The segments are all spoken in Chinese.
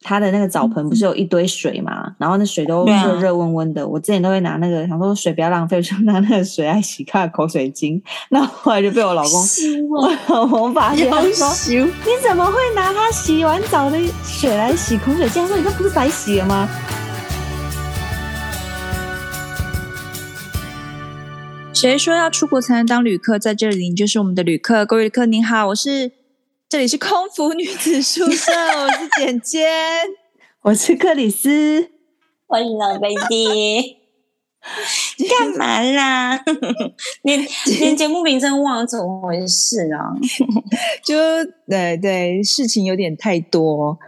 它的那个澡盆不是有一堆水嘛，然后那水都对啊热热温温的。我之前都会拿那个想说水不要浪费，就拿那个水来洗它的口水巾。那后来就被我老 公，哎我老公哎发现他说羞，你怎么会拿它洗完澡的水来洗口水巾？他说你这不是白洗了吗？谁说要出国才能当旅客？在这里，你就是我们的旅客。各位旅客，您好，我是这里是空服女子宿舍，我是简简。我是克里斯，欢迎老 baby，干嘛 啦？连连节目名称忘了，怎么回事啊？就对对，事情有点太多。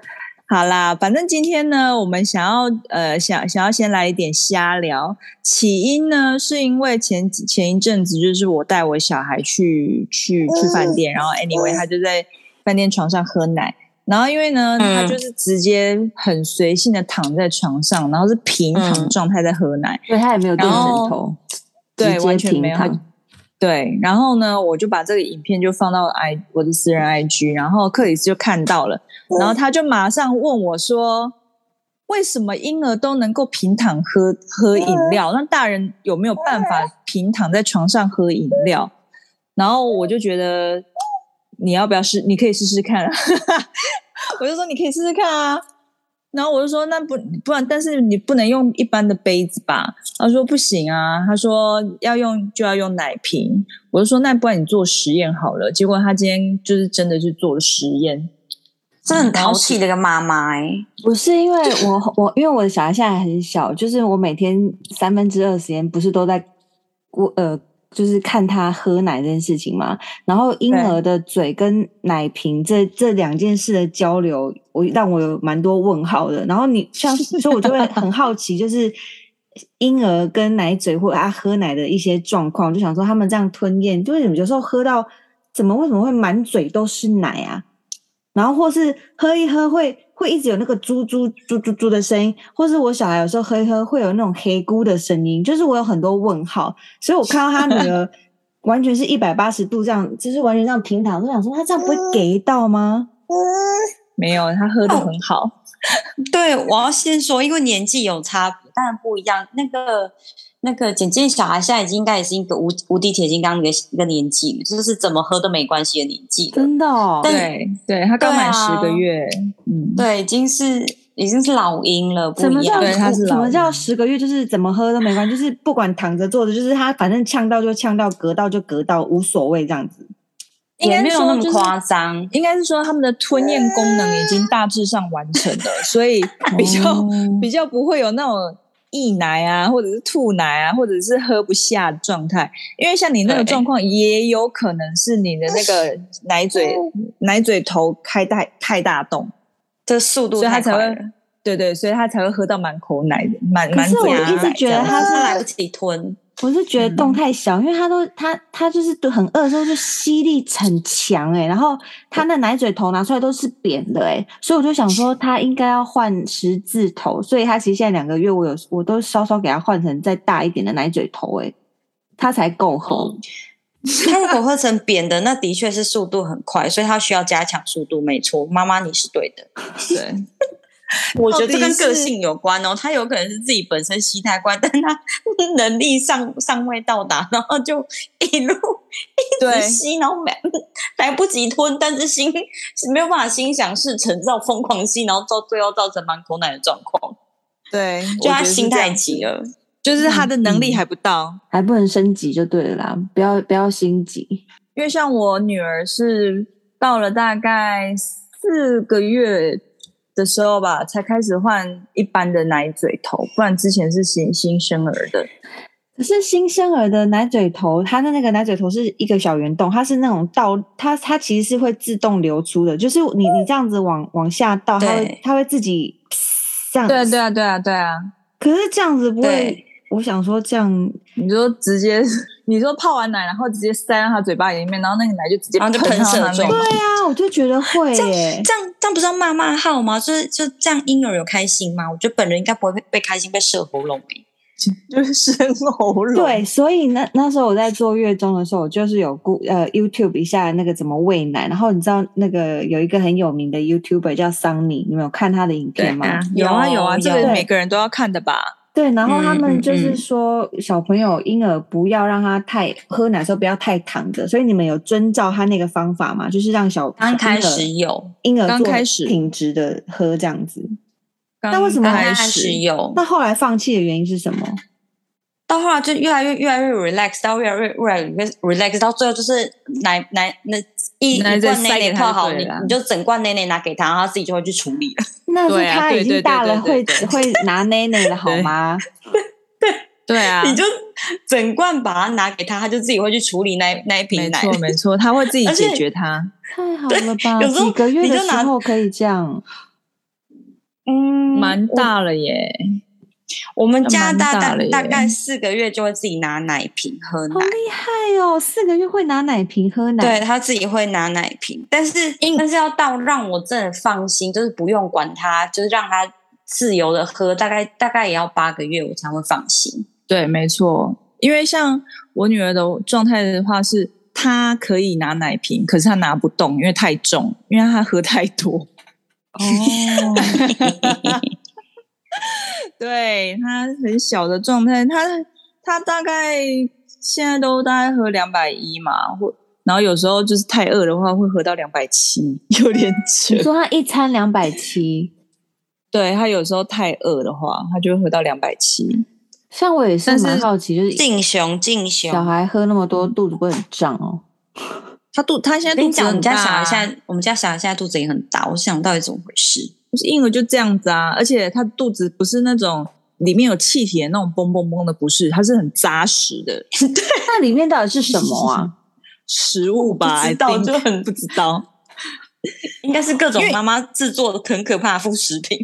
好啦，反正今天呢，我们想要呃，想想要先来一点瞎聊。起因呢，是因为前几前一阵子，就是我带我小孩去去去饭店，嗯然后 anyway 他就在饭店床上喝奶，然后因为呢，嗯他就是直接很随性的躺在床上，然后是平躺嗯状态在喝奶，对他也没有垫枕头，对，完全没有。对，然后呢，我就把这个影片就放到 i 我的私人 IG，然后克里斯就看到了，然后他就马上问我说：“为什么婴儿都能够平躺喝喝饮料，那大人有没有办法平躺在床上喝饮料？”然后我就觉得你要不要试？你可以试试看、啊， 我就说你可以试试看啊。然后我就说那不不然，但是你不能用一般的杯子吧？他说不行啊，他说要用就要用奶瓶。我就说那不然你做实验好了。结果他今天就是真的去做了实验，真的很淘气的一个妈妈哎，嗯不是因为我 我因为我的小孩现在很小，就是我每天三分之二时间不是都在我呃就是看他喝奶这件事情嘛，然后婴儿的嘴跟奶瓶这这两件事的交流，我让我有蛮多问号的。然后你像，所以我就会很好奇，就是婴儿跟奶嘴或他喝奶的一些状况，就想说他们这样吞咽，就是有时候喝到怎么为什么会满嘴都是奶啊？然后或是喝一喝会会一直有那个猪猪猪猪猪的声音，或是我小孩有时候喝一喝会有那种黑咕的声音，就是我有很多问号，所以我看到他女儿完全是一百八十度这样，就是完全这样平躺，我想说他这样不会嗯给到吗？没有他喝哦的很好。对，我要先说，因为年纪有差别，当然不一样。那个那个简简小孩现在已经应该也是一个无无敌铁金刚的一个一个年纪了，就是怎么喝都没关系的年纪了。真的、哦，但对对，他刚对满啊十个月，嗯，对，啊已经是已经是老鹰了，不怎么一叫样。对他是怎老么人叫十个月？就是怎么喝都没关系，就是不管躺着坐着，就是他反正呛到就呛到，隔到就隔到，无所谓这样子。也应没有那该说就么是夸张。应该是说他们的吞咽功能已经大致上完成了，所以比较、哦比较不会有那种溢奶啊，或者是吐奶啊，或者是喝不下的状态。因为像你那个对状况，也有可能是你的那个奶嘴奶嘴头开太太大洞，这速度所以他太才快会了，对对，所以他才会喝到满口奶的，满可满是嘴我的一直奶觉得这样他他是是来不及吞。我是觉得嗯洞太小，因为他都他他就是都很饿的时候就吸力很强哎、然后他那奶嘴头拿出来都是扁的哎、所以我就想说他应该要换十字头，所以他其实现在两个月我有我都稍稍给他换成再大一点的奶嘴头哎、他才够喝。 他如果喝成扁的，那的确是速度很快，所以他需要加强速度，没错。妈妈，你是对的。对。我觉得到这底跟是个性有关哦，他有可能是自己本身心态怪，但他能力尚尚未到达，然后就一路 对一直吸，然后来来不及吞，但是心没有办法心想事成，这种疯狂吸，然后到最后造成满口奶的状况，对，就我觉他得是心这太样急了。就是他的能力嗯还不到，还不能升级就对了啦，不要不要心急。因为像我女儿是到了大概四个月的时候吧，才开始换一般的奶嘴头，不然之前是新新生儿的。可是新生儿的奶嘴头，它的那个奶嘴头是一个小圆洞，它是那种倒，它它其实是会自动流出的，就是你你这样子往往下倒，它会对它会自己这样。对啊，对啊，对啊，对啊！可是这样子不会对，我想说这样，你就直接，你说泡完奶，然后直接塞到她嘴巴里面，然后那个奶就直接然后就喷喷射到她状那对里嘛啊，我就觉得会耶、这样这样不是要骂骂号吗？就是就这样，婴儿有开心吗？我觉得本人应该不会被被开心被射喉咙、欸、就是喉咙。对，所以那那时候我在做月中的时候，我就是有顾呃 YouTube 一下那个怎么喂奶，然后你知道那个有一个很有名的 YouTuber 叫桑尼，你们有看他的影片吗？啊有啊有啊，这个每个人都要看的吧？对，然后他们就是说小朋友婴儿不要让他太、嗯、喝奶的时候不要太躺着，所以你们有遵照他那个方法吗？就是让小刚开始有婴儿刚开始挺直的喝这样子。那为什么刚开始有？那后来放弃的原因是什么？到后来就越来越越来越 relax，到越来越越来越 relax，到最后就是奶奶那一一罐奶奶泡好，你你就整罐奶奶拿给他，然后自己就会去处理了。那是他已经大了，会会拿奶奶了好吗？对对啊，你就整罐把它拿给他，他就自己会去处理那那一瓶奶。没错没错，他会自己解决它。太好了吧？有几个月的时候可以这样。嗯，蛮大了耶。我们家大大大概四个月就会自己拿奶瓶喝奶，好厉害哦！四个月会拿奶瓶喝奶，对他自己会拿奶瓶，但是但是要到让我真的放心，就是不用管他，就是让他自由的喝，大概大概也要八个月我才会放心。对，没错，因为像我女儿的状态的话是，她可以拿奶瓶，可是她拿不动，因为太重，因为她喝太多。 哦。对他很小的状态，他他大概现在都大概喝两百一嘛，或然后有时候就是太饿的话会喝到两百七， 有点扯。你说他一餐两百七，对他有时候太饿的话，他就会喝到两百七。像我也是蛮好奇，就是进熊进熊，小孩喝那么多，肚子不会很胀哦？他肚他现在肚子很大、啊。我们家小孩现在，我们家小孩现在肚子也很大，我想到底怎么回事。就是婴儿就这样子啊，而且他肚子不是那种里面有气体的那种嘣嘣嘣的，不是，它是很扎实的。对，那里面到底是什么啊？食物吧，不知道就很不知道，应该是各种妈妈制作的很可怕的副食品。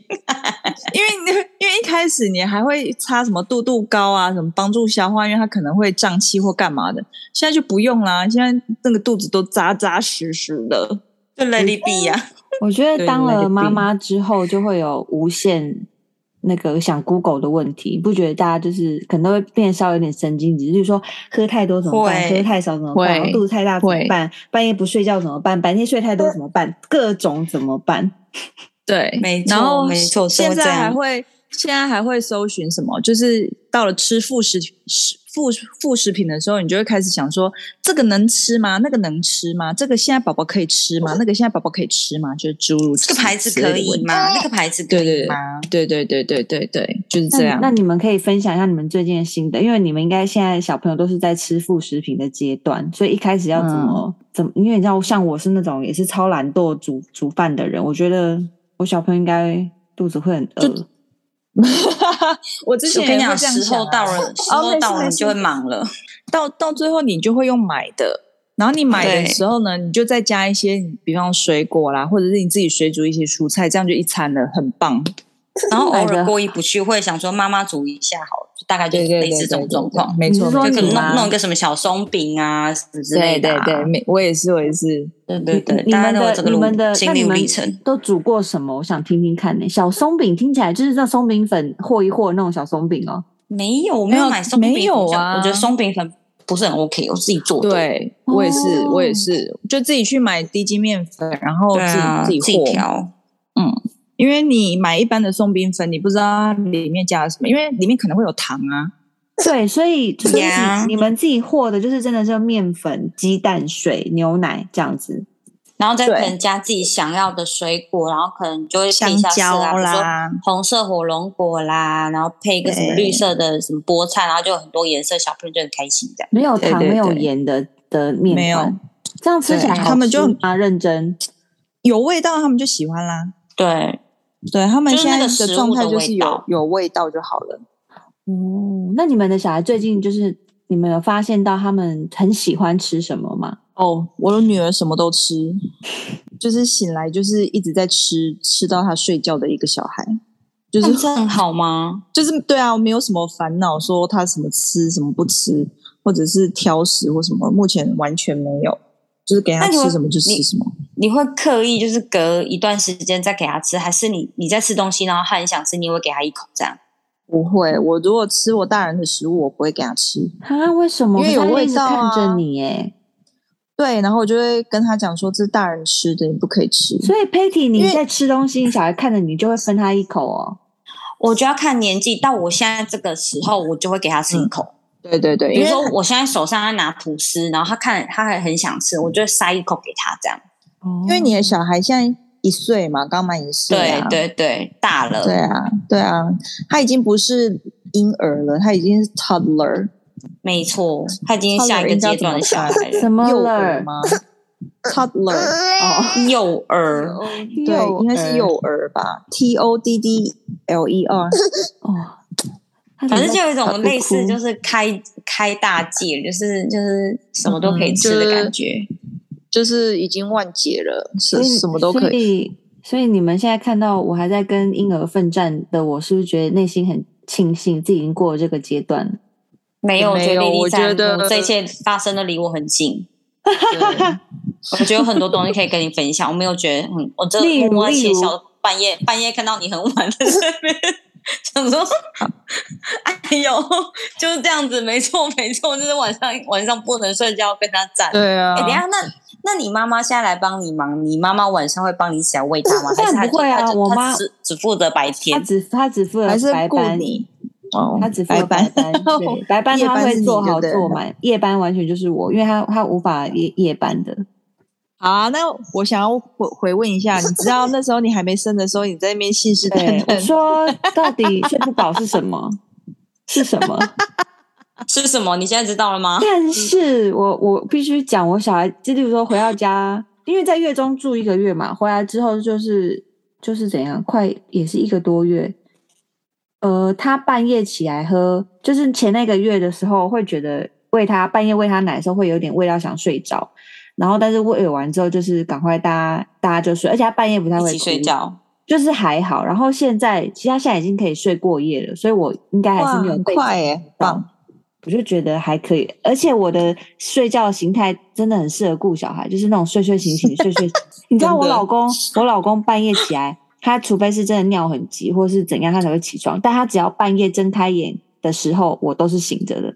因为因为一开始你还会擦什么肚肚膏啊，什么帮助消化，因为它可能会胀气或干嘛的。现在就不用啦，现在那个肚子都扎扎实实的，就 Let it be 呀、啊。我觉得当了妈妈之后，就会有无限那个想 Google 的问题，不觉得大家就是可能都会变稍微有点神经质，就是说喝太多怎么办，喝太少怎么办，肚子太大怎么办，半夜不睡觉怎么办，白天睡太多怎么办，各种怎么办？对，没错，然后没错，现在还会现在还会搜寻什么？就是到了吃副食食副副食品的时候，你就会开始想说，这个能吃吗？那个能吃吗？这个现在宝宝可以吃吗？那个现在宝宝可以吃吗？就是诸如这个牌子可以吗？那个牌子对对对对对对对对，就是这样那。那你们可以分享一下你们最近的心得，因为你们应该现在小朋友都是在吃副食品的阶段，所以一开始要怎么、嗯、怎么？因为你知道，像我是那种也是超懒惰煮煮饭的人，我觉得我小朋友应该肚子会很饿。我之前跟你讲，时候到了，时候到了你就会忙了。啊到到最后，你就会用买的。然后你买的时候呢，你就再加一些，比方水果啦，或者是你自己水煮一些蔬菜，这样就一餐了，很棒。然后偶尔过意不去，会想说妈妈煮一下好了，大概就类似这种状况。没错，就可能弄弄一个什么小松饼啊之类的。对对对，我也是，我也是。对对对，你们的你们的心路历程都煮过什么？我想听听看呢、欸。小松饼听起来就是那松饼粉和一和那种小松饼哦。没有，我没有买松饼，没有啊。我觉得松饼粉不是很 OK，我自己做的。对，我也是，我也是，就自己去买低筋面粉，然后哦自己自啊己自己调。嗯。因为你买一般的松饼粉，你不知道里面加了什么，因为里面可能会有糖啊。对，所以就是你们自己和的，就是真的是面粉、鸡蛋、水、牛奶这样子，然后再可能加自己想要的水果，然后可能就会配一下啊香蕉啦，红色火龙果啦，然后配一个什么绿色的什么菠菜，然后就有很多颜色，小朋友就很开心这样。没有糖、对对对没有盐的的面没有，这样吃起来他们就啊认真有味道，他们就喜欢啦。对。对他们现在的状态就是有有味道就好了。哦，那你们的小孩最近就是你们有发现到他们很喜欢吃什么吗？哦，我的女儿什么都吃，就是醒来就是一直在吃，吃到她睡觉的一个小孩，就是这样好吗？就是对啊，我没有什么烦恼，说她什么吃什么不吃，或者是挑食或什么，目前完全没有，就是给她吃什么就吃什么。你会刻意就是隔一段时间再给他吃，还是你你在吃东西，然后他很想吃，你会给他一口这样？不会，我如果吃我大人的食物，我不会给他吃，啊？为什么？因为有可是他一味直道啊看着你哎，对，然后我就会跟他讲说，这是大人吃的，你不可以吃。所以 Patty 你嗯因为在吃东西，你小孩看着你就会分他一口哦。我就要看年纪，到我现在这个时候，我就会给他吃一口。对对对，比因如为说我现在手上在拿吐司，然后他看他还很想吃，我就塞一口给他这样。因因为你的小孩现在一岁嘛，刚满一岁、对啊，对对，大了，对啊，对啊，他已经不是婴儿了，他已经是 toddler，没错，他已经是下一个阶段的小孩了，什么幼了儿？吗？toddler，哦，幼 儿。对，应该是幼幼儿吧，T O D D L E R，哦，他怎反么正就有一在种类似，哭就是开开大戒，就是就是什么都可以吃的感觉。就是已经万劫了，所是以什么都可所以。以，所以你们现在看到我还在跟婴儿奋战的我，是不是觉得内心很庆幸自己已经过了这个阶段了？没有，我觉没有得莉莉我在觉得我这一切发生的离我很近。我觉得有很多东西可以跟你分享，我没有觉得，嗯，我真例的如默默例窃如笑，半夜半夜看到你很晚的这边，想说，哎呦，就是这样子，没错没错，就是晚上晚上不能睡觉，跟他 站。对啊哎、等一下，那那你妈妈现在来帮你忙，你妈妈晚上会帮你起来喂她吗？当还然是她不会啊她就我她妈只只负责白他天，只他只负责还是白顾班，你哦，他只负白责白班，班， 对白班夜他班会是你做就好对做了满，夜班完全就是我，因为他他无法夜夜班的。好啊，那我想要回回问一下，你知道那时候你还没生的时候，你在那边信誓对旦，我旦，说到底睡不饱是什么？是什么？是什么？你现在知道了吗？但是我我必须讲，我小孩，就例如说回到家， 因为在月中住一个月嘛，回来之后就是就是怎样，快也是一个多月。呃，他半夜起来喝，就是前那个月的时候，会觉得喂他半夜喂他奶的时候会有点味道想睡着，然后但是喂完之后就是赶快大家大家就睡，而且他半夜不太一会起睡哭，觉。就是还好。然后现在其实他现在已经可以睡过夜了，所以我应该还哇，是没有很被快欸耶，棒！我就觉得还可以，而且我的睡觉形态真的很适合顾小孩，就是那种睡睡醒醒睡睡醒。你知道我真的老公，我老公半夜起来，他除非是真的尿很急或是怎样，他才会起床。但他只要半夜睁开眼的时候，我都是醒着的，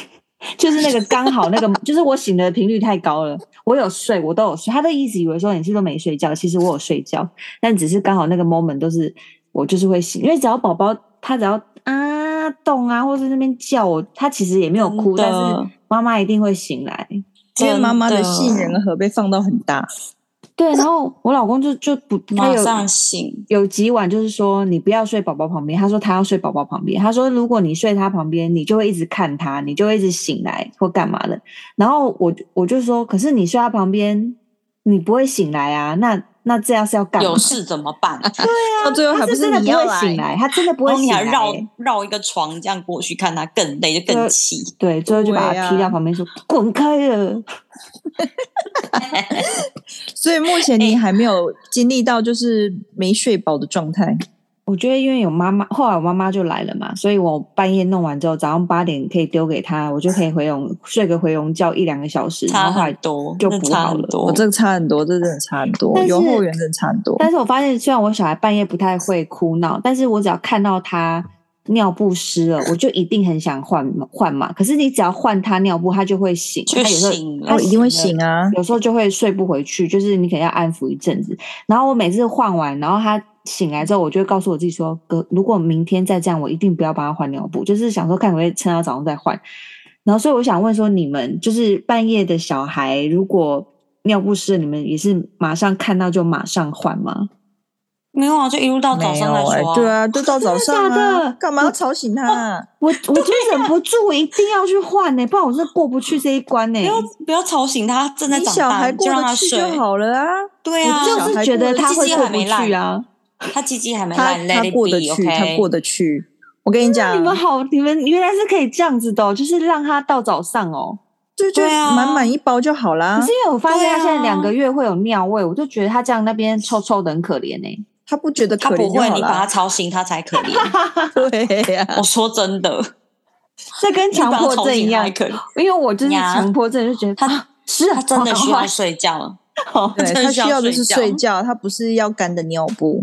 就是那个刚好那个，就是我醒的频率太高了。我有睡，我都有睡。他都一直以为说你是不是都没睡觉，其实我有睡觉，但只是刚好那个 moment 都是我就是会醒，因为只要宝宝他只要啊动啊，或是那边叫我，他其实也没有哭，真但的是妈妈一定会醒来。因为妈妈的信真任和被放到很大， 对，然后我老公就就不他马有上醒，有几晚就是说你不要睡宝宝旁边，他说他要睡宝宝旁边，他说如果你睡他旁边，你就会一直看他，你就会一直醒来或干嘛的。然后我我就说，可是你睡他旁边，你不会醒来啊，那那这样是要干嘛？有事怎么 办？到最后还他不是真的你不要会醒来，哦呃来，他真的不然会后醒你来还绕欸。绕一个床这样过去看他，更累就更气。对，最后就把他踢对到啊旁边说：“滚开了所以目前你还没有经历到就是没睡饱的状态。！”我觉得因为有妈妈，后来我妈妈就来了嘛，所以我半夜弄完之后，早上八点可以丢给他，我就可以回笼睡个回笼觉一两个小时，然差后后来很多，就那补差好很了我、多。这个差很多，这真的差很多，但是有后援真的差很多。但是我发现，虽然我小孩半夜不太会哭闹，但是我只要看到他尿布湿了，我就一定很想换换嘛。可是你只要换他尿布，他就会醒，他就有时候醒了他我一定会醒了醒啊！有时候就会睡不回去，就是你可能要安抚一阵子。然后我每次换完，然后他醒来之后，我就会告诉我自己说：“哥，如果明天再这样，我一定不要帮他换尿布，就是想说看可不可以趁他早上再换。”然后，所以我想问说，你们就是半夜的小孩，如果尿不湿了，你们也是马上看到就马上换吗？ 没有啊，就一路到早没有上来哎说、对，啊，就到早上真的假啊的，干嘛要吵醒他啊？我我就忍不住，我一定要去换呢、不然我真的过不去这一关呢、不要不要吵醒他，正在你长小大，孩你就过让他得去睡就。好了啊。对啊，我就是觉得他会过不小孩去啊。他鸡鸡还没他烂，他过得去，他过得得去。我跟你你讲，们好，你们原来是可以这样子的、哦，就是让他到早上哦。就就对啊满满一包就好啦可是。因为我发现对啊他现在两个月会有尿味，我就觉得他这样那边臭臭的很可怜欸呢、他不觉得 他可不怜就会，好你把他啦。吵醒，他才可 怜。对呀，我说真的，这跟强迫症一样你把他吵醒他还，可怜因为我就是 呀强迫症，就觉得他啊是啊，他真的需赶要快睡觉。好，对他需要的是睡睡觉，他不是要干的尿 布，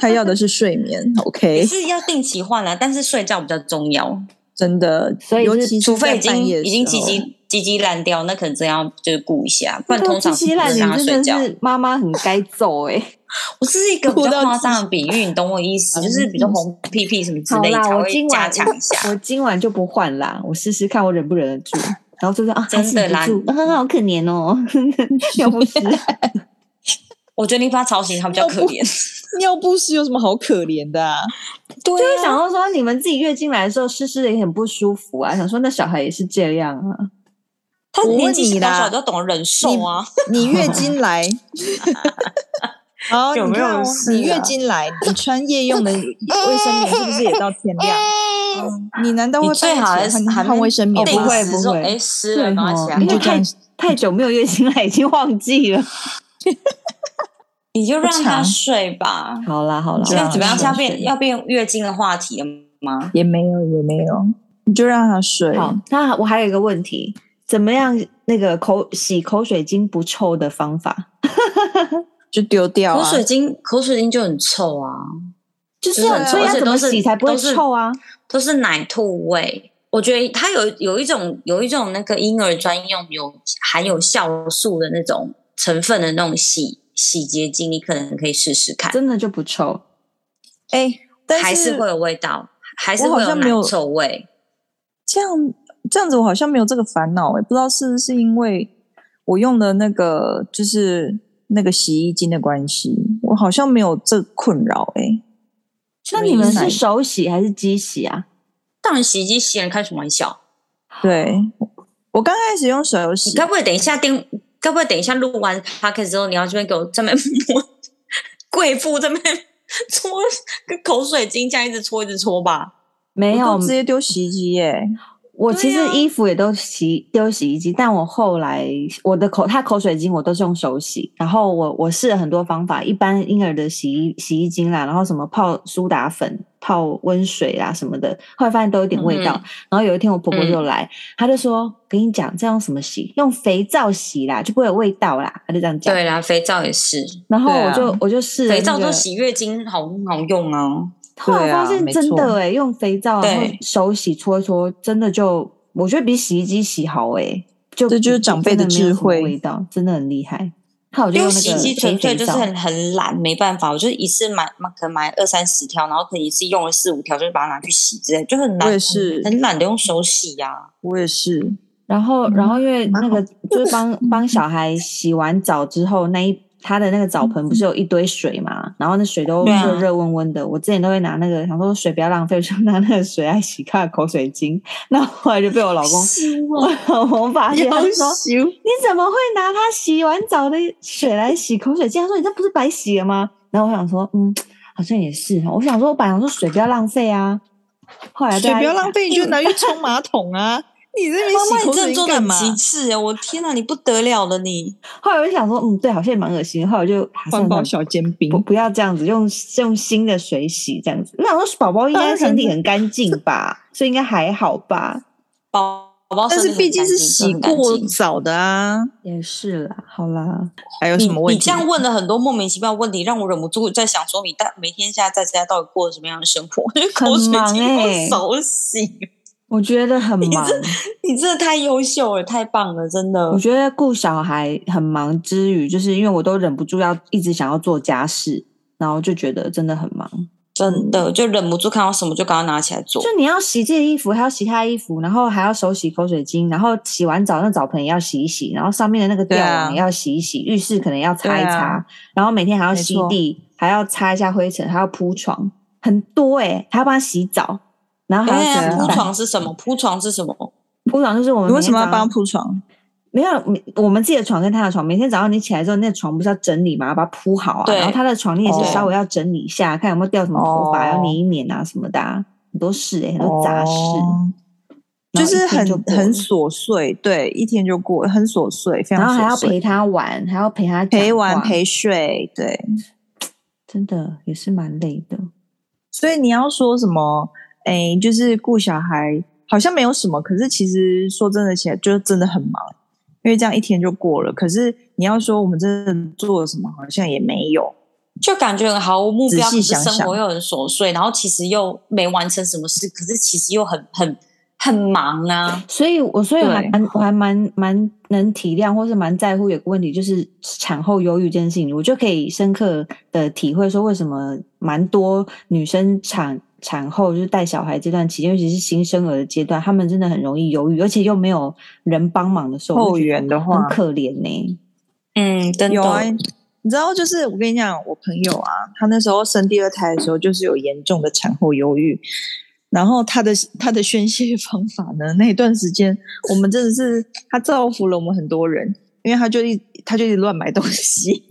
他要的是睡眠。也 OK，是要定期换啦、但是睡觉比较重要，真的，所以尤是其是除非在已经半夜的已经时鸡候鸡鸡鸡烂掉，那可能真要就是顾一下，不然通常基基是不啊烂，是你让他睡真觉的。是妈妈很该揍哎、 我这是一个比哭较到夸鸡张的比喻，你懂我意思？嗯就是比较红屁屁什么之好类，啦，才我会今加晚强 一下。我今晚就不换啦，我试试看我忍不忍得住。然后就说啊，还真的是啦忍不住，啊好可怜哦， 尿 不湿。我觉得你把他吵醒，他比较可怜。尿布是有什么好可怜的 啊？就对会想到说，你们自己月经来的时候湿湿的也很不舒服啊，想说那小孩也是这样啊。他我年问纪你小啦小都懂得忍受啊。你月经 来，好，有你没有看哦事你月啊经来，你穿夜用的卫生棉是不是也到天亮？ 嗯你难道会你最好半夜还起是来还换换卫生棉哦吗不？会时说，不会哎，湿了对拿哦起来因你为就换。这 太样，太久没有月经来，已经忘记了。你就让他长睡吧。好啦好啦，现在怎么样？我是要想变啊睡要变月经的话题了吗？也没有也没有，你就让他睡。好，那我还有一个问题，怎么样那个口洗口水巾不臭的方法？就丢掉口啊。水巾，口水巾就很臭啊，就是对很臭，而啊要且怎都么是洗才不会都是臭啊？都是奶兔味。我觉得它有有一种有一种那个婴儿专用有含有酵素的那种成分的那种洗洗洁精，你可能可以试试看，真的就不臭。哎，但还是会有味道，还是我好会有像没奶有臭味。这样这样子，我好像没有这个烦恼哎，不知道是不是因为我用的那个就是那个洗衣精的关系，我好像没有这困扰哎。那你们什么是意思手洗还是机洗啊？当然，洗衣机洗人开什么玩笑？对我刚开始用手洗你，该不会等一下电，该不会等一下录完 podcast 之后，你要这边给我这边 摸贵妇这边 搓跟口水巾这样一直搓一直搓吧？没我有都，直接丢洗衣机欸耶。我对其实啊衣服也都洗丢洗衣机，但我后来我的口它口水巾我都是用手洗，然后我我试了很多方法，一般婴儿的洗衣洗衣精啦，然后什么泡苏打粉、泡温水啦什么的，后来发现都有点味道。嗯然后有一天我婆婆就来，她就说：“跟你讲，这样什么洗？用肥皂洗啦，就不会有味道啦。”她就这样讲。对啦，肥皂也是，然后对我啊就、我就试了、肥皂都，洗月经好好用啊。后来对发啊现没真的错哎、用肥皂然后对手洗搓一搓，真的就我觉得比洗衣机洗好哎、就这就是比长真辈的的没有智什么慧味道真的很厉害。还有就因为那洗衣个机纯黑粹肥就是皂，很很懒，没办法，我就一次买，可能买二三十条，然后可能一次用了四五条，就把它拿去洗之类，就很我懒啊也，是，很懒得用手洗呀、我也是。然后然后因为蛮那好个就是帮帮小孩洗完澡之后那一。他的那个澡盆不是有一堆水嘛，然后那水都对啊热热温温的。我之前都会拿那个，想说水不要浪费，我就拿那个水来洗他的口水巾。那后来就被我老公，我老公发现，他就说你怎么会拿它洗完澡的水来洗口水巾？他说你这不是白洗了吗？然后我想说，嗯，好像也是哦。我想说，我本来想说水不要浪费啊，后哎来水大家不要一看浪费，你就拿去冲马桶 啊！你这边妈妈，洗你口水真的巾做的干很嘛？极致哎！我天哪，你不得了了你！后来我就想说，嗯，对，好像也蛮恶心的。后来我就还是环保很小煎饼不，不要这样子，用用新的水洗这样子。那我说宝宝应该身体很干净吧，所以应该还好吧。宝宝但身体是很毕竟是干净洗真的很过干净澡的啊。也是啦，好啦，还有你什么问你题？这样问了很多莫名其妙的问题，让我忍不住在想说，你大每天现在在家到底过了什么样的生活？ 口水忙巾欸用手洗，我觉得很忙，你真的太优秀了，太棒了，真的我。觉得顾小孩很忙之余，就是因为我都忍不住要一直想要做家事，然后就觉得真的很忙。真的就忍不住看到什么就赶快拿起来做就。你要洗自己的衣服，还要洗他的衣服，然后还要手洗口水巾，然后洗完澡那澡盆也要洗一洗，然后上面的那个吊对啊网也要洗一洗，浴室可能要擦一对擦，啊然后每天还要没吸错地，还要擦一下灰尘，还要铺床，很多诶、还要帮他洗澡，然后还对要啊，整理铺板床是什么？铺床是什么？铺床就是我们你为每什天么要早帮上他铺床？没有，你我们自己的床跟他的床，每天早上你起来之后，那个床不是要整理嘛，把它铺好啊。对然后他的床你也是哦稍微要整理一下，看有没有掉什么头发，哦要粘一粘啊什么的、啊，很多事哎、很多杂事，哦然后一就是天很就过很了琐碎，对，一天就过，很琐碎，非常然后还要琐碎陪他玩，还要陪他讲陪玩话陪睡，对。真的也是蛮累的。所以你要说什么？哎，就是顾小孩好像没有什么，可是其实说真的起来，就是真的很忙。因为这样一天就过了。可是你要说我们真的做了什么，好像也没有。就感觉毫无目标，仔细想想可是生活又很琐碎，然后其实又没完成什么事，可是其实又很很很忙啊。所以我所以我还蛮我还蛮蛮能体谅，或是蛮在乎有个问题，就是产后忧郁这件事情，我就可以深刻的体会说，为什么蛮多女生产产后就是带小孩这段期间，尤其是新生儿的阶段，她们真的很容易忧郁，而且又没有人帮忙的时候，后援的话很可怜呢、欸。嗯，真有 啊的。你知道，就是我跟你讲，我朋友啊，她那时候生第二胎的时候，就是有严重的产后忧郁。然后她的她的宣泄方法呢，那一段时间，我们真的是她造福了我们很多人，因为她就一她就一直乱买东西，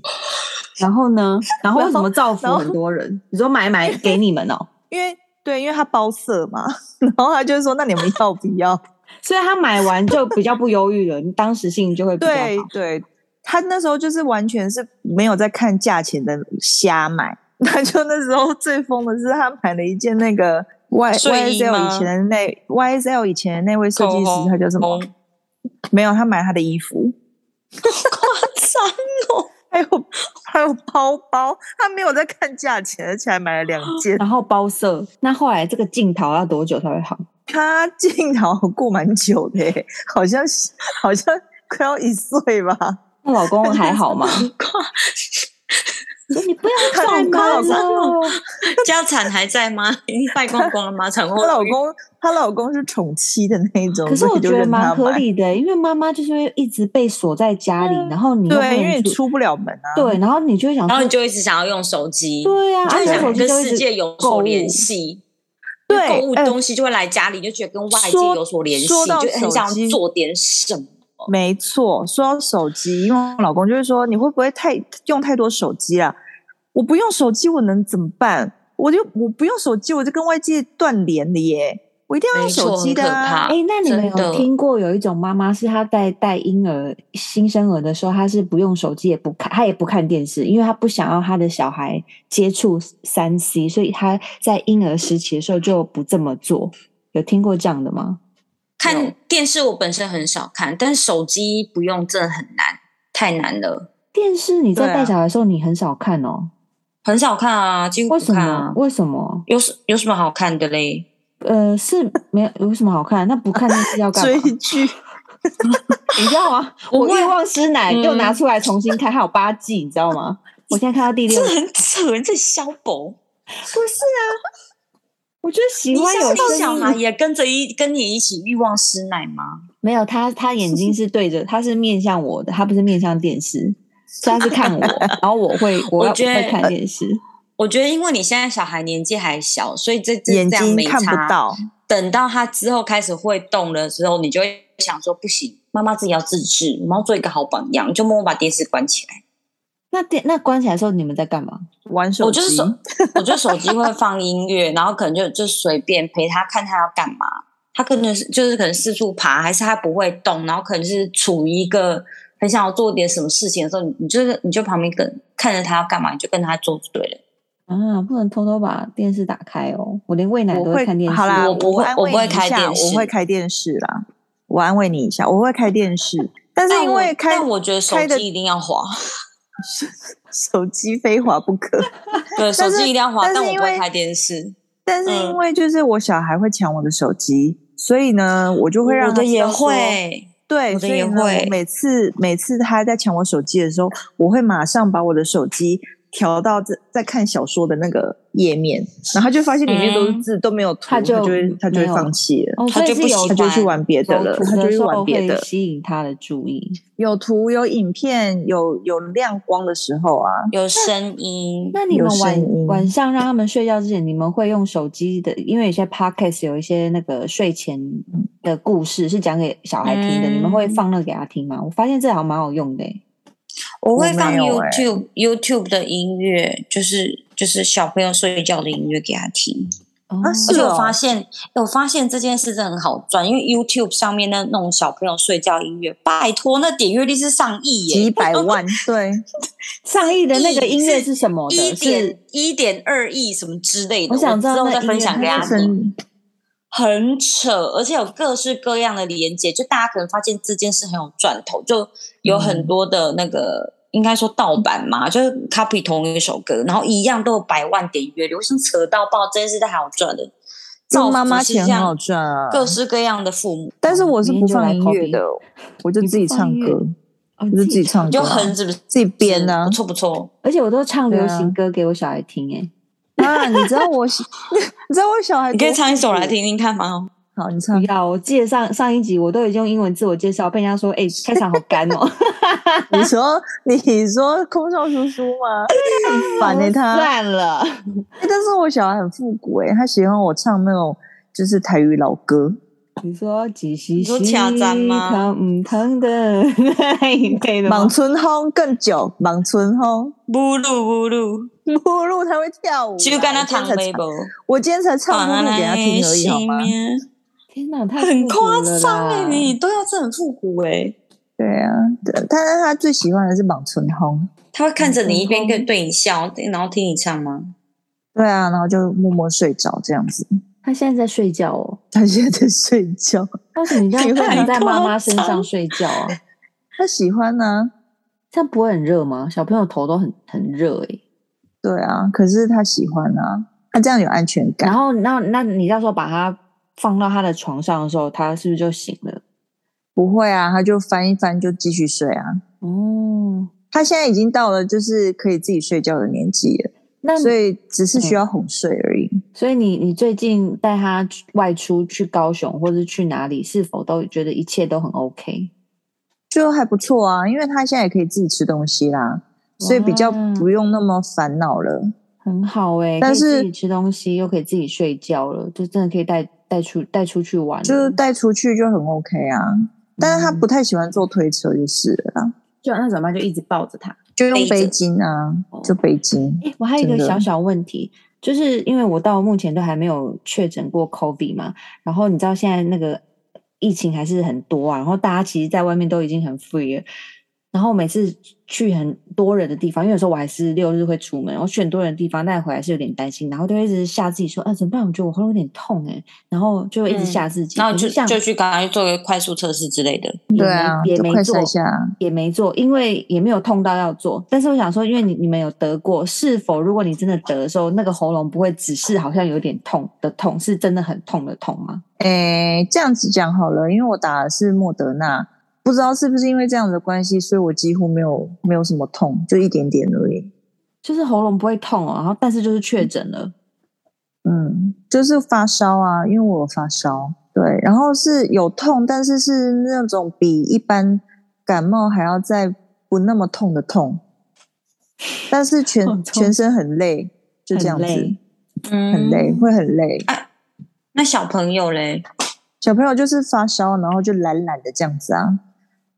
然后 呢，然后为什么造福然后很多人？你说买买给你们哦、 因为对，因为她包色嘛， 然后她就说：“那你们要不要所以她买完就比较不忧郁了，你当时性就会？”比较对好。对，她那时候就是完全是没有在看价钱的瞎买。她就那时候最疯的是，她买了一件那个 Y 睡 Y 衣 S L 吗以前的那 Y S L 以前的那位设计师口，红他叫什么红？没有，他买他的衣服，还有还有包包，他没有在看价钱，而且还买了两件。 然后包色，那后来这个镜头要多久才会好？他进逃过蛮久的耶，好像是好像快要一岁吧。那老公还好 吗？ 说你不要哦再买了， 家产还在吗？已经败光光了吗？产后她老公她老公是宠妻的那一种，可是所我以就觉得任蛮他合买。理的，因为妈妈就是会一直被锁在家啊里，然后你又不能对，因为你出出不了门啊。对，然后你就会想然后说，你就一直想要用手机，对呀，就而是且想手机跟就一世直界有所联系。因对为购物哎东西就会来家里，就觉得跟外界说有所联系，说到就很想手机做点什么。没错，说到手机，因为我老公就是说你会不会太用太多手机啊？我不用手机，我能怎么办？我就我不用手机，我就跟外界断联了耶！我一定要用没错手机的、很可怕啊。哎、那你们真的有听过有一种妈妈是她在带婴儿、新生儿的时候，她是不用手机，也不看，她也不看电视，因为她不想要她的小孩接触三 C，所以她在婴儿时期的时候就不这么做。有听过这样的吗？看电视我本身很少看，但手机不用真的很难，太难了，电视你在对啊带小孩的时候你很少看哦，很少看啊，几乎为不什看么啊？。为什么？有什有什么好看的嘞？呃，是没有有什么好看？那不看电视要干 追嘛？剧，你知道吗？不我会欲望师奶嗯又拿出来重新看，还有八季，你知道吗？我现在看到第六这，很扯，你这消薄。不是啊，我就喜你欢有相信小声音孩也跟着一跟你一起欲望师奶吗？没有，他他眼睛是对着，他是面向我的，他不是面向电视，所以他是看 我，然后我会我我要我觉得会看电视。我觉得，因为你现在小孩年纪还小，所以这这眼这样睛没看差不。到。等到他之后开始会动了之后，你就会想说，不行，妈妈自己要自制，我们要做一个好榜样，就默默把电视关起来。那电那关起来的时候，你们在干嘛？玩手机，我就是手， 我觉得手机会放音乐，然后可能就就随便陪他看他要干嘛。他可能是就是可能四处爬，还是他不会动，然后可能是处于一个很想要做点什么事情的时候，你你就是你就旁边跟看着他要干嘛，你就跟他做就对了。啊，不能偷偷把电视打开哦，我连喂奶我都会看电视。好啦，我不会安我慰不会你一开下电视我会开电视啦。我安慰你一下，我会开电视，但是但因我为开但我觉得手开的机一定 要滑，手机非滑不可。对，手但是机一定要滑，但是但我不因会为开电视。但是嗯因为就是我小孩会抢我的手机，所以呢，我就会让我他的知也道说，会，对，我的所以也呢，会我每次每次他在抢我手机的时候，我会马上把我的手机调到在在看小说的那个页面，然后他就发现里面都是嗯字、都没有图，他他就会他就没会有放弃了。哦，所他以就是不喜有他欢就去玩别的了，有图他就的去时玩候别会的。吸引他的注意。有图、有影片、有有亮光的时候啊，有声音，那你有们声晚音晚上让他们睡觉之前，你们会用手机的？因为有些 podcast 有一些那个睡前的故事是讲给小孩听的，嗯你们会放那个给他听吗？我发现这好像蛮好用的、欸。我会放没有欸 YouTube、YouTube 的音乐，就是就是小朋友睡觉的音乐给他听。哦啊而是且哦我发现，我发现这件事真的很好赚，因为 YouTube 上面那那种小朋友睡觉音乐，拜托那点阅率是上亿耶，几百万，对，上亿的那个音乐是什么一的？是点一点二亿什么之类的。我想知道之后那再分享给音乐他它是听。真很扯，而且有各式各样的连接，就大家可能发现这件事很有赚头，就有嗯很多的那个、应该说盗版嘛，就是 copy 同一首歌，然后一样都有百万点阅流，像扯到爆，这件事太好赚了。挣妈妈钱很好赚啊，各式各样的父母，但是我是不放音乐的，我就自己唱你不歌放音，哦我就自己唱歌、就很是不是？自己编啊啊不错不错。而且我都唱对流啊行歌给我小孩听、欸，啊！你知道我小，你知道我小孩，你可以唱一首来。听听看吗？好，你不唱。要，我记得上上一集我都已经用英文自我介绍，被人家说，哎、开场好干 哦，你说，你说空少叔叔吗？很啊 烦欸 他。算了，欸但是我小孩很复古哎、他喜欢我唱那种就是台语老歌。你说几时你说掐簪吗疼唔疼的那一类的吗莽？村风更久，莽村风，不录不录，目录他会跳舞啦。啊就跟他我今天躺才微唱博，我今天才唱目录给他听而已，好吗？天哪，太很复古夸了啦张哎，你都要这很复古哎、对啊，对他他最喜欢的是莽村风。他会看着你一边跟对你笑，然后听你唱吗？对啊，然后就默默睡着这样子。他现在在睡觉哦，他现在在睡觉，但是 你这样你不会能很在妈妈夸身张上睡觉啊？他喜欢呢、这样不会很热吗？小朋友头都很很热哎、对啊，可是他喜欢啊，他这样有安全感然。后那那你到时候把他放到他的床上的时候，他是不是就醒了？不会啊，他就翻一翻就继续睡啊。哦，他现在已经到了就是可以自己睡觉的年纪了，那所以只是嗯需要哄睡而已。所以你你最近带他去外出去高雄或是去哪里，是否都觉得一切都很 OK？就还不错啊，因为他现在也可以自己吃东西啦，所以比较哇不用那么烦恼了。很好哎、但可以自是己吃东西又可以自己睡觉了，就真的可以带带出带出去玩了，就带出去就很 OK 啊，但是他嗯不太喜欢坐推车就是了啦，就那怎么办？就一直抱着他。就用背背着巾啊哦，就背巾。哎、我还有一个真的小小问题，就是因为我到目前都还没有确诊过 COVID 嘛，然后你知道现在那个疫情还是很多啊，然后大家其实在外面都已经很 free 了，然后每次去很多人的地方，因为有时候我还是六日会出门，我去很多人的地方，但回来是有点担心，然后就会一直吓自己说，啊怎么办？我觉得我喉咙有点痛哎、然后就会一直嗯吓自己，然后可是就这样就去赶快做个快速测试之类的。也对没啊，也就没快做晒下啊。也没做，因为也没有痛到要做。但是我想说，因为你你们有得过，是否如果你真的得的时候，那个喉咙不会只是好像有点痛的痛，是真的很痛的痛吗？诶，哎这样子讲好了，因为我打的是莫德纳，不知道是不是因为这样的关系，所以我几乎没有没有什么痛，就一点点而已。就是喉咙不会痛哦，然后但是就是确诊了，嗯，就是发烧啊，因为我有发烧。对，然后是有痛，但是是那种比一般感冒还要再不那么痛的痛，但是全好痛全身很累，就这样子，很累嗯，很累，会很累。那小朋友嘞，小朋友就是发烧，然后就懒懒的这样子啊。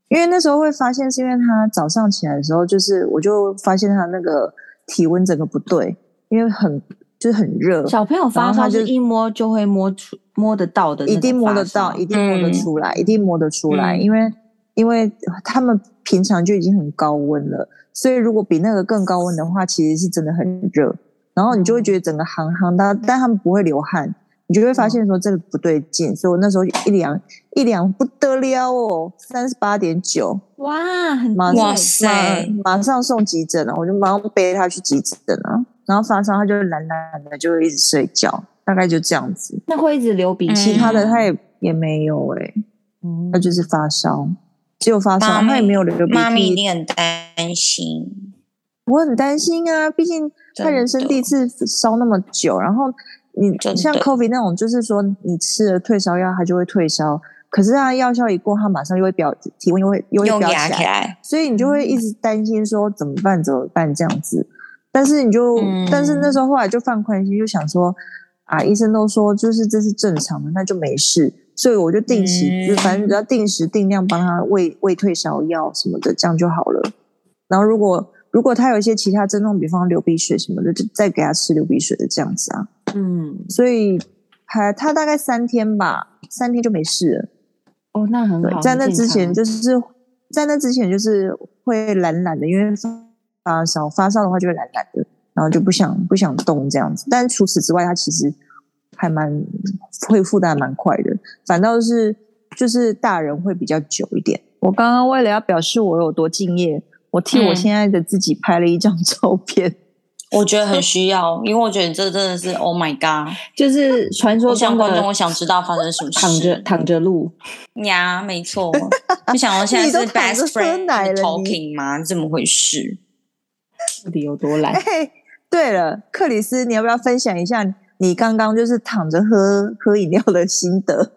因为那时候会发现，是因为他早上起来的时候，就是我就发现他那个体温整个不对，因为很就是很热，小朋友发然后烧他就是一摸就会摸出摸得到的那一种发烧，啊定摸得到，一定摸得出来，一定摸得出来，嗯因为因为他们平常就已经很高温了，所以如果比那个更高温的话，其实是真的很热，然后你嗯就会觉得整个行行的，但他们不会流汗，你就会嗯发现说这个不对劲，所以我那时候一量一量不得了哦，三十八点九，哇，很欸马痛上哇塞马马上送急诊了，我就马上背他去急诊了，然后发烧他就懒懒的就一直睡觉，大概就这样子。那会一直流鼻嗯其涕他吗，嗯的他也也没有哎、嗯他就是发烧，只有发烧，妈咪他也没有流鼻妈咪一涕。定很担心。我很担心啊，毕竟他人生真的第一次烧那么久，然后你真的像 COVID 那种，就是说你吃了退烧药，它就会退烧，可是他药效一过，他马上又会飙，体温又会又会用飙牙起起来，来，所以你就嗯会一直担心说怎么办怎么办这样子。但是你就，嗯但是那时候后来就放宽心，就想说啊，医生都说就是这是正常的，那就没事。所以我就定期，嗯就反正只要定时定量帮他喂喂退烧药什么的，这样就好了。然后如果如果他有一些其他症状，比方流鼻水什么的，就再给他吃流鼻水的这样子啊。嗯，所以还他大概三天吧，三天就没事了。哦，那很好，对，在很那健之前康欸就是在那之前就是会懒懒的，因为发烧，发烧的话就会懒懒的，然后就不想不想动这样子。但除此之外，他其实还蛮恢复的还蛮快的，反倒是就是大人会比较久一点。我刚刚为了要表示我有多敬业，我替我现在的自己拍了一张 照片。我觉得很需要，因为我觉得这真的是 Oh my God！就是传说我想中观众，的我想知道发生什么事。躺着躺着录，呀，没错，就想我现在你都是躺着 best 喝奶 friend 了 talking 吗？怎么回事？到底有多 懒？哎嘿，对了，克里斯，你要不要分享一下你刚刚就是躺着喝喝饮料的心得？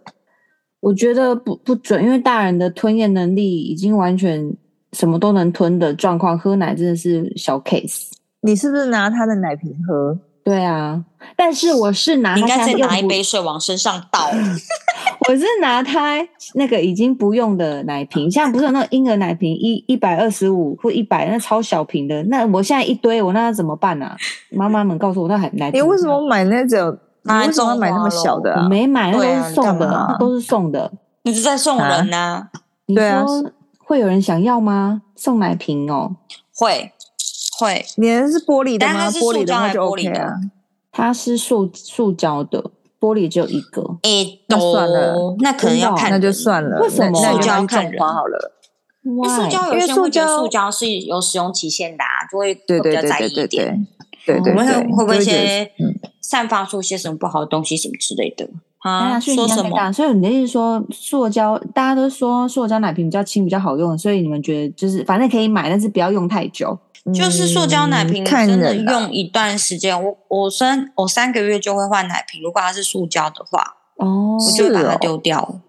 我觉得不不准，因为大人的吞咽能力已经完全什么都能吞的状况，喝奶真的是小 case。你是不是拿他的奶瓶喝？对啊，但是我是拿你应他该现在再用拿一不杯，水往身上倒。我是拿他那个已经不用的奶瓶，像不是有那种婴儿奶瓶一一百二十五或一百那超小瓶的，那我现在一堆，我那怎么办啊？妈妈们告诉我那还奶瓶你为什么买那种？你拿来为什么要买那么种花小的我啊？没买，那都对啊是你干送的，嘛那都是送的。你是在送人呐、你对啊说会有人想要吗？送奶瓶哦，会会，你的是玻璃的但吗？它是玻璃塑胶话还是就玻璃 OK 的啊。它是塑塑胶的，玻璃只有一个。诶、那算了哦那可能要看真人，那就算了，为什那么那塑就胶拿去看种人花好了。因为塑 Why？胶有些人因为会觉塑胶得塑胶是有使用期限的、啊，就会对对会比对较在对意对一对点。，对对我们会对，会不会一就觉得些嗯散发出一些什么不好的东西什么之类的啊，啊？所以说影响什太大。么？所以你的意思说，塑胶大家都说塑胶奶瓶比较轻，比较好用，所以你们觉得就是反正可以买，但是不要用太久。就是塑胶奶嗯瓶看真的人啦用一段时间，我我三我三个月就会换奶瓶，如果它是塑胶的话，哦我就会把它是哦丢掉。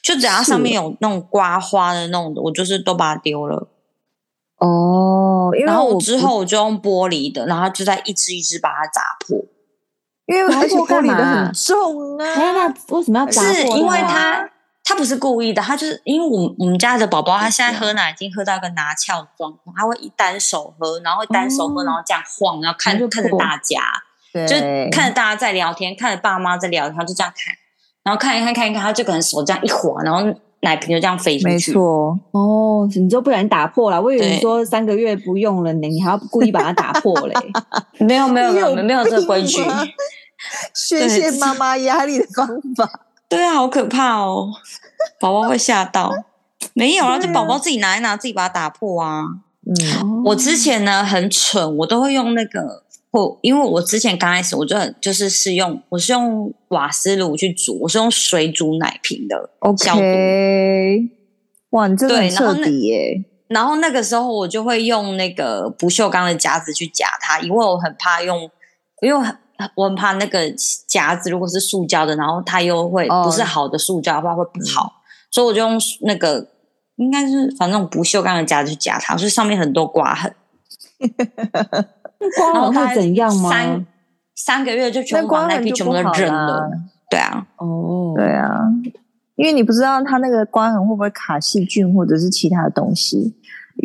就只要上面有那种刮花的那种的，我就是都把它丢了。哦，因为然后我之不，后我就用玻璃的，然后就在一只一只把它砸破，因为拿而且过玻干璃的嘛很重啊，哎，那为什么要砸是破它？因为它它不是故意的，它就是因为我们我们家的宝宝，他现在是啊喝奶已经喝到一个拿翘的状况，他会一单手喝，然后单手喝，哦然后这样晃，然后看那就看着破大家，就对，看着大家在聊天，看着爸妈在聊天，他就这样看，然后看一看看一看，他就可能手这样一滑，然后奶瓶就这样飞出没去。错，哦，你就不小心打破了。我以为对你说三个月不用了，你你还要故意把它打破 嘞？没有没有没有 你有没有这个规矩病，吗宣对泄妈 妈压力的方法，对啊，好可怕哦，宝宝会吓到。没有啊，对就啊宝宝自己拿一拿，自己把它打破啊。嗯，我我之前呢很蠢，我都会用那个我，因为我之前刚开始我就很就是是用我是用瓦斯炉去煮，我是用水煮奶瓶的消毒。嗯 OK，哇，你真的很对然后彻那底耶！然后那个时候我就会用那个不锈钢的夹子去夹它，因为我很怕用，因为我很我很怕那个夹子如果是塑胶的，然后它又会哦不是好的塑胶的话会不嗯好，所以我就用那个应该是反正不锈钢的夹子去夹它，所以上面很多刮痕。光了然后哦它会怎样吗？三三个月就全那部把光奶很瓶就全不部都好扔啦了。对啊，哦，对啊，因为你不知道它那个刮痕会不会卡细菌或者是其他的东西，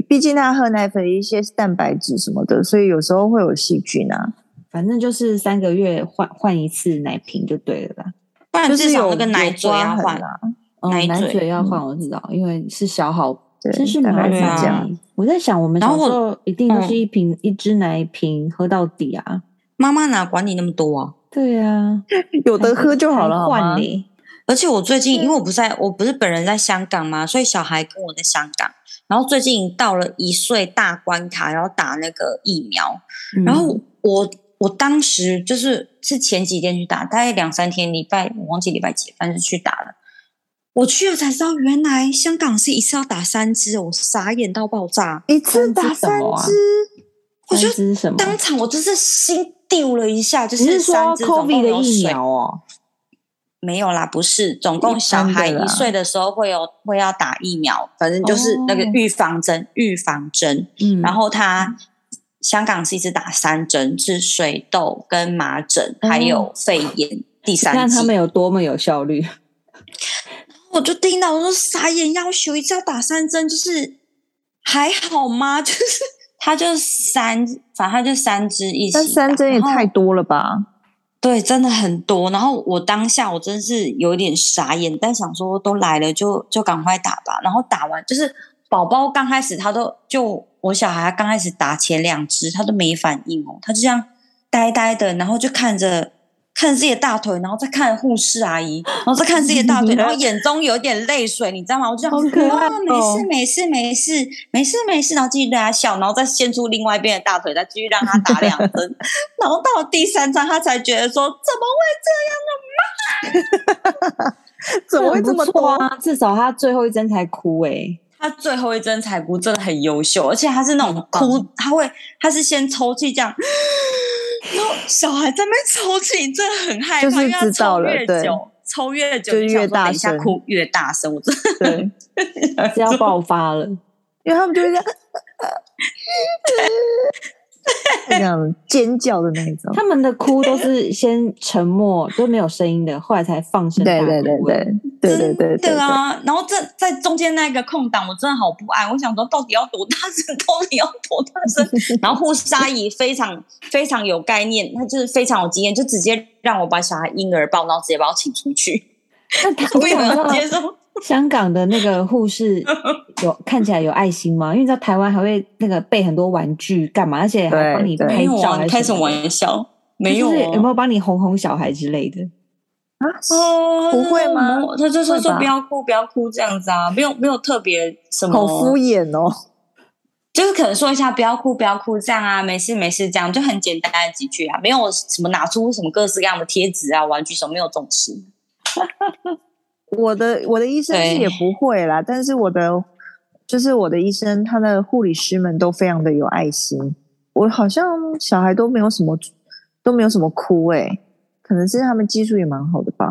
毕竟它喝奶粉一些蛋白质什么的，所以有时候会有细菌啊。反正就是三个月换换一次奶瓶就对了啦。不然就至是少有那个奶嘴要有刮换痕。啊，哦，奶奶嘴嘴要嗯换，我知道，因为是小好，对真是大麻概是这烦样欸。我在想，我们然小后时我候一定都是嗯一瓶一支奶瓶喝到底啊。妈妈哪管你那么多啊？对啊，有的喝就好了，还好换吗？嘞。而且我最近，因为我不是在，我不是本人在香港嘛，所以小孩跟我在香港。然后最近到了一岁大关卡，要打那个疫苗。嗯然后我我当时就是是前几天去打，大概两三天，礼拜我忘记礼拜几，反正去打了。我去了才知道，原来香港是一次要打三支，哦我傻眼到爆炸。一三次打支什三么啊支，我就三支什么？当场我就是心丢了一下，就你是说三支总 COVID 共的有疫水苗哦？嗯没有啦，不是，总共小孩一般的一啦岁的时候会有会要打疫苗，反正就是那个哦预防针，预防针。嗯，然后他嗯香港是一直打三针，是水痘跟麻疹，还有哦肺炎。第你三看他剂们，有多么有效率。我就听到我说傻眼，要求一次要打三针，就是还好吗？ 就是他就三，反正他就三支一起打，但三针也然后太多了吧？对，真的很多。然后我当下我真是有一点傻眼，但想说都来了就就赶快打吧。然后打完就是宝宝刚开始他都就我小孩刚开始打前两支他都没反应哦，他就这样呆呆的，然后就看着看自己的大腿，然后再看护士阿姨，然后再看自己的大腿，然后眼中有点泪水，你知道吗？我就 想，好可爱哦哦，没事没事没事没事没事，然后继续对他笑，然后再伸出另外一边的大腿，再继续让他打两 针，然后到了第三张，他才觉得说怎么会怎么会很这么不错多？啊？至少他最后一针才哭哎、这样？他最后一针采菇真的很优秀，而且他是那种哭，他会他是先抽泣这样，然后小孩在那边抽泣，你真的很害怕，就是因为他知道抽了越对久。抽越久，就你想越说大等一下声哭越大声，我真的对，哎是要爆发 了。因为他们就会这样，这样尖叫的那一种。他们的哭都是先沉默，都没有声音的，后来才放声大对哭。对对哎，对对对对对对啊！然后这在中间那个空档，我真的好不安。我想说，到底要多大声？到底要多大 声？然后护士阿姨非常非常有概念，她就是非常有经验，就直接让我把小孩婴儿抱，然后直接把我请出 去。那他我我也没想到有接受，香港的那个护士有看起来有爱心吗？因为你知道台湾还会那个备很多玩具干嘛，而且还帮你对对拍没有照啊！还你是开什什么么的。玩笑？没就有、是有没啊。有帮你哄哄小孩之类的？哦，不会吗他就说会说吧不要哭，不要哭这样子啊，没有没有特别什么，好敷衍哦。就是可能说一下不要哭，不要哭这样啊，没事没事这样，就很简单的几句啊，没有什么拿出什么各式各样的贴纸啊、玩具什么，没有这种事。我的我的医生是对也不会啦，但是我的就是我的医生，他的护理师们都非常的有爱心。我好像小孩都没有什么都没有什么哭诶、可能是他们技术也蛮好的吧，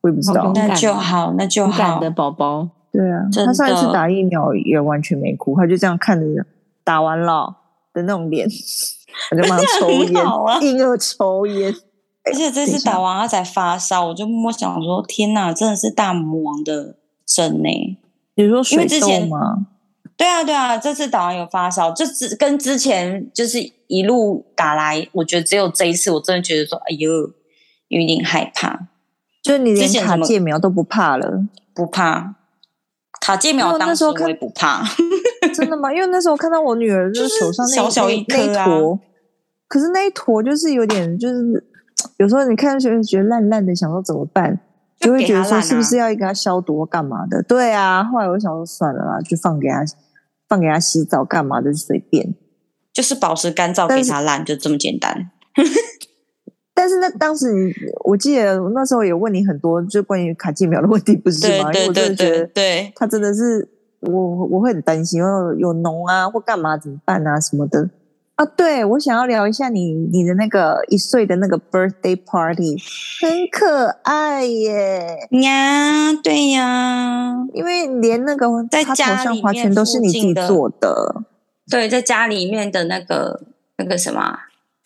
我也不哦知好道勇。敢那就好，那就勇敢好的。宝宝，对啊，真他上一次的打疫苗也完全没哭，他就这样看着打完了的那种脸，我就马上 抽很烟， 好啊硬要抽烟。而且等这一次下打完他才发烧，我就默默想说：天哪，真的是大魔王的针呢、你说因水为之痘前吗？对啊，对啊，这次打完有发烧，这次跟之前就是一路打来，我觉得只有这一次，我真的觉得说：哎呦，有一点害怕，就是你连之前卡什么介苗都不怕了。不怕。卡介因为苗我哦那当时时候我也不怕， 真的吗？因为那时候看到我女儿就就是手上那小小一那颗那一啊坨，可是那一坨就是有点就是，有时候你看就觉得觉得烂烂的，想说怎么办，就会给觉得它说烂是不啊是要给它消毒干嘛的？对啊，后来我就想说算了啦，就放给它放给它洗澡干嘛的，就随便。就是保持干燥，但给是它烂，就这么简单。但是那当时你，我记得我那时候也问你很多，就关于卡介苗的问题，不是对吗？因为对我真对的觉对得对，它真的是我我会很担心，有有脓啊或干嘛怎么办啊什么的啊。对，我想要聊一下你你的那个一岁的那个 birthday party，很可爱耶，呀，对呀，因为连那个在他家头上里划面拳都附是你自近己的做的，对，在家里面的那个那个什么啊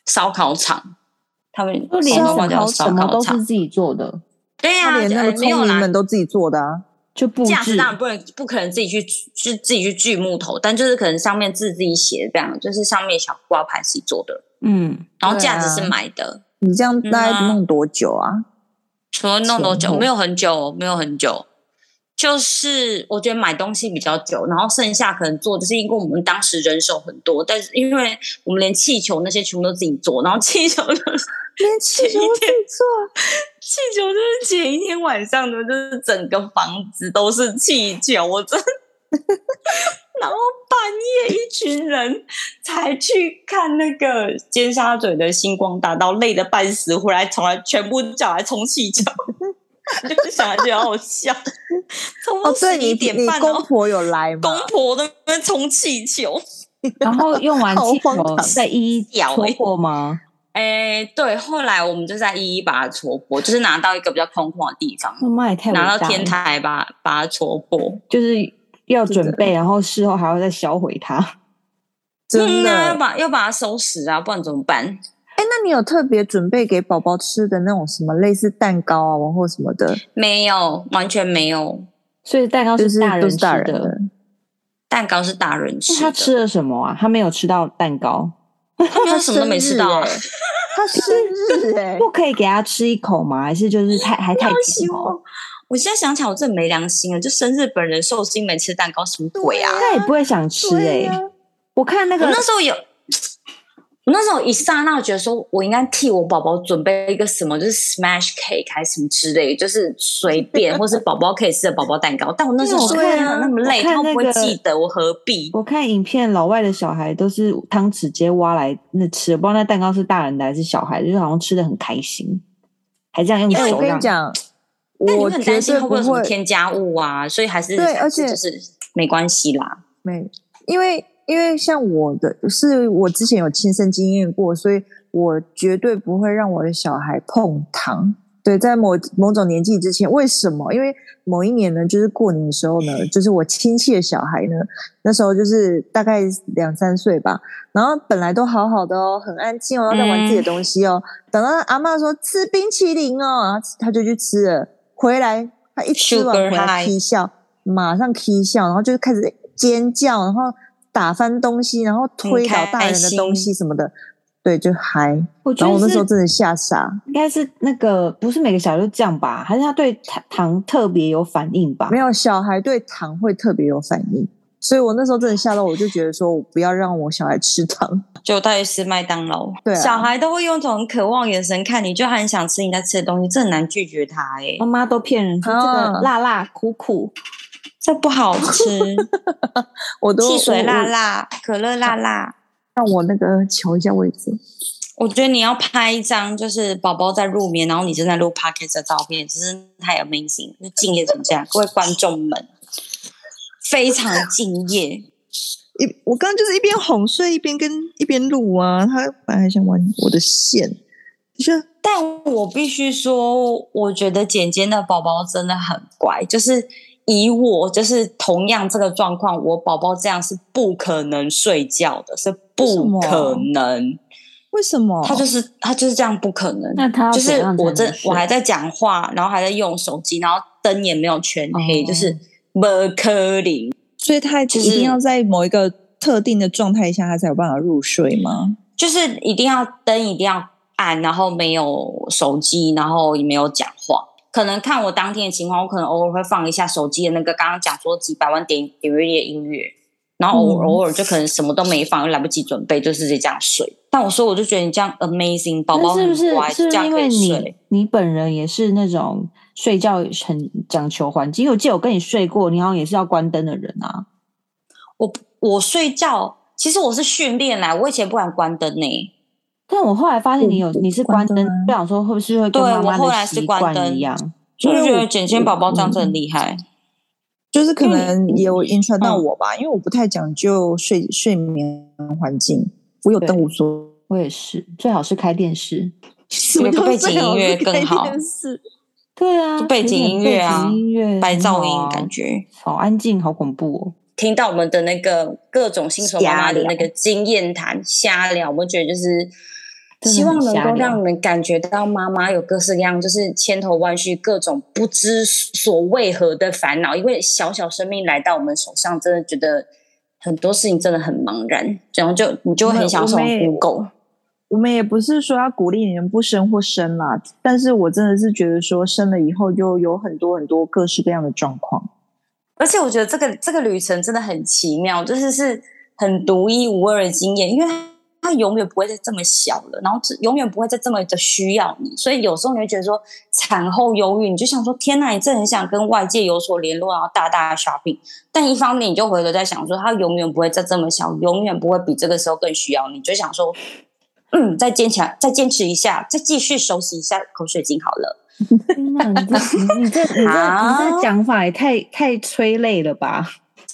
烧烤场，他们就连什广东话叫么烧什么烤都是场，自己做的，对哎呀、他连那呃个没有聪明啦们。都自己做的啊。就布架子置当然不能，不可能自己去去自己去锯木头，但就是可能上面字自己写这样，就是上面小挂牌自己做的，嗯，然后对架子啊是买的，你这样大概嗯啊弄多久 啊？除了弄多前久？后没有很久哦，没有很久。就是我觉得买东西比较久，然后剩下可能做，就是因为我们当时人手很多，但是因为我们连气球那些全部都自己做，然后气球连气球都自己做，气球就是前一天晚上的，就是整个房子都是气球，我真的。 然后半夜一群人才去看那个尖沙咀的星光大道，累得半死，回来从来全部叫来充气球， 就是想来就好好笑。从哦，对十你一点你半公哦，婆有来吗？公婆都在那边充气球。然后用完好气荒球唐再一一屌戳欸破吗？哎，对，后来我们就在一一把它戳破，就是拿到一个比较空旷的地方，妈妈也太伟拿到大天了，台把把它戳破。就是要真的准备，然后事后还要再销毁它。 真的、嗯啊、要把要把它收拾啊，不然怎么办？哎，那你有特别准备给宝宝吃的那种什么类似蛋糕啊，然后什么的，没有，完全没有。所以蛋糕就是哦大都人是吃大人的。的。蛋糕是大人吃那的，他吃了什么啊？他没有吃到蛋糕，他们什么都没吃到、生日。啊哎欸他生日哎、不可以给他吃一口吗？还是就是太还太不甜行了？我， 我现在想起来，我真的没良心了。就生日本人寿星没吃蛋糕，什么鬼啊？他也不会想吃对哎、呀我看那我个那时候有，我那时候一刹那觉得说，我应该替我宝宝准备一个什么，就是 smash cake 还是什么之类，就是随 便，或是宝宝可以吃的宝宝蛋糕。但我那时候因为我看看他那么累，我看他又不那会个记得，我何必？我看影片，老外的小孩都是汤匙直接挖来那吃，我不知道那蛋糕是大人的还是小孩的，就是好像吃的很开心，还这样用因为手哎我跟让你讲，但你我会很绝担心对会不不会有什么会添加物啊，所以还是对还是而且就是没关系啦。没，因为因为像我的是我之前有亲身经验过，所以我绝对不会让我的小孩碰糖。对，在某某种年纪之前，为什么？因为某一年呢，就是过年的时候呢，就是我亲戚的小孩呢，那时候就是大概两三岁吧，然后本来都好好的哦，很安静哦，在玩自己的东西嗯哦，等到阿嬷说吃冰淇淋哦，然后他就去吃了，回来他一吃完 Sugar 回来 high 啼笑，马上啼笑，然后就开始尖叫，然后打翻东西，然后推倒大人的东西什么的，对，就嗨。我觉然后我得那时候是真的吓傻，应该是那个不是每个小孩都这样吧？还是他对糖糖特别有反应吧没？有小孩对糖会特别有反应，所以我那时候真的吓到，我就觉得说我不要让我小孩吃糖。就大约是麦当劳，对啊小孩都会用一种很渴望眼神看你，就他很想吃你在吃的东西，这很难拒绝他哎、妈妈都骗人，说这啊个辣辣苦苦，这不好 吃，我都汽水我辣我辣，可乐辣辣。让我那个瞧一下位置。我觉得你要拍一张，就是宝宝在入眠，然后你正在录 podcast 的照片，真是太 amazing，就敬业成这样，各位观众们，非常敬业。一我刚刚就是一边哄睡一边跟一边录啊，他本来还想玩我的线，就是但我必须说，我觉得简简的宝宝真的很乖，就是以我就是同样这个状况，我宝宝这样是不可能睡觉的，是不可能，为什么？他就是他就是这样不可能。哦那他要就是怎样才我能这睡我还在讲话，然后还在用手机，然后灯也没有全黑，哦就是不可能。所以他就一是定要在某一个特定的状态下，他才有办法入睡吗？就是一定要灯一定要暗，然后没有手机，然后也没有讲话。可能看我当天的情况，我可能偶尔会放一下手机的那个刚刚讲说几百万点点阅率的音乐，然后偶嗯尔偶尔就可能什么都没放，又来不及准备，就直接这样睡。但我说我就觉得你这样 amazing，宝那宝是很不是乖，是不这是样因可为以睡你。你本人也是那种睡觉很讲求环境？因为我记得我跟你睡过，你好像也是要关灯的人啊。我我睡觉，其实我是训练来，我以前不敢关灯呢、但我后来发现你有嗯你是关关灯灯，啊不想说会不是会跟对妈妈我后来的是习关惯灯一样？所以我觉因为得我简简宝宝这样嗯子很厉害。就是可能因为也有影响到嗯我吧，因为我不太讲究睡睡眠环境，我有灯对无所 我也是，最好是开电视。什有个背啊景音乐更好对啊，就背景有点音乐啊背景音乐白噪音很好感觉，好安静，好恐怖哦。听到我们的那个各种新手妈妈瞎的聊那个经验谈瞎聊，我们觉得就是真的很希望能瞎够聊让人感觉到妈妈有各式各样，就是千头万绪、各种不知所为何的烦恼。因为小小生命来到我们手上，真的觉得很多事情真的很茫然，然后就你就会很想上我们也 Google。我们也不是说要鼓励你们不生或生啦，但是我真的是觉得说生了以后就有很多很多各式各样的状况。而且我觉得这个这个旅程真的很奇妙，就是是很独一无二的经验，因为它它永远不会再这么小了，然后只永远不会再这么的需要你，所以有时候你会觉得说产后忧郁，你就想说天呐，你真的很想跟外界有所联络，然后大大的 shopping，但一方面你就回头在想说，它永远不会再这么小，永远不会比这个时候更需要你，就想说。嗯，再坚强，再坚持一下，再继续熟悉一下口水巾好了。 天哪，你这你你这你这你好这讲法也太太催泪了吧？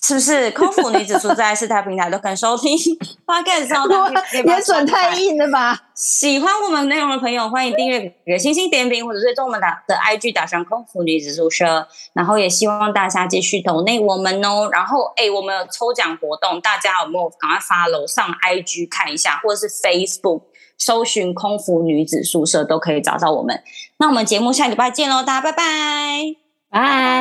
是不是空腹女子住在四大平台都可以收听？Podcast 上的可以把它收起来硬了吧？喜欢我们内容的朋友，欢迎订阅、给星星点评，或者追踪我们的的 IG 打上空腹女子宿舍。然后也希望大家继续投内我们哦。然后，哎，我们有抽奖活动，大家有没有赶快发楼上 IG 看一下，或者是 Facebook 搜寻空腹女子宿舍都可以找到我们。那我们节目下礼拜见喽，大家拜拜。拜。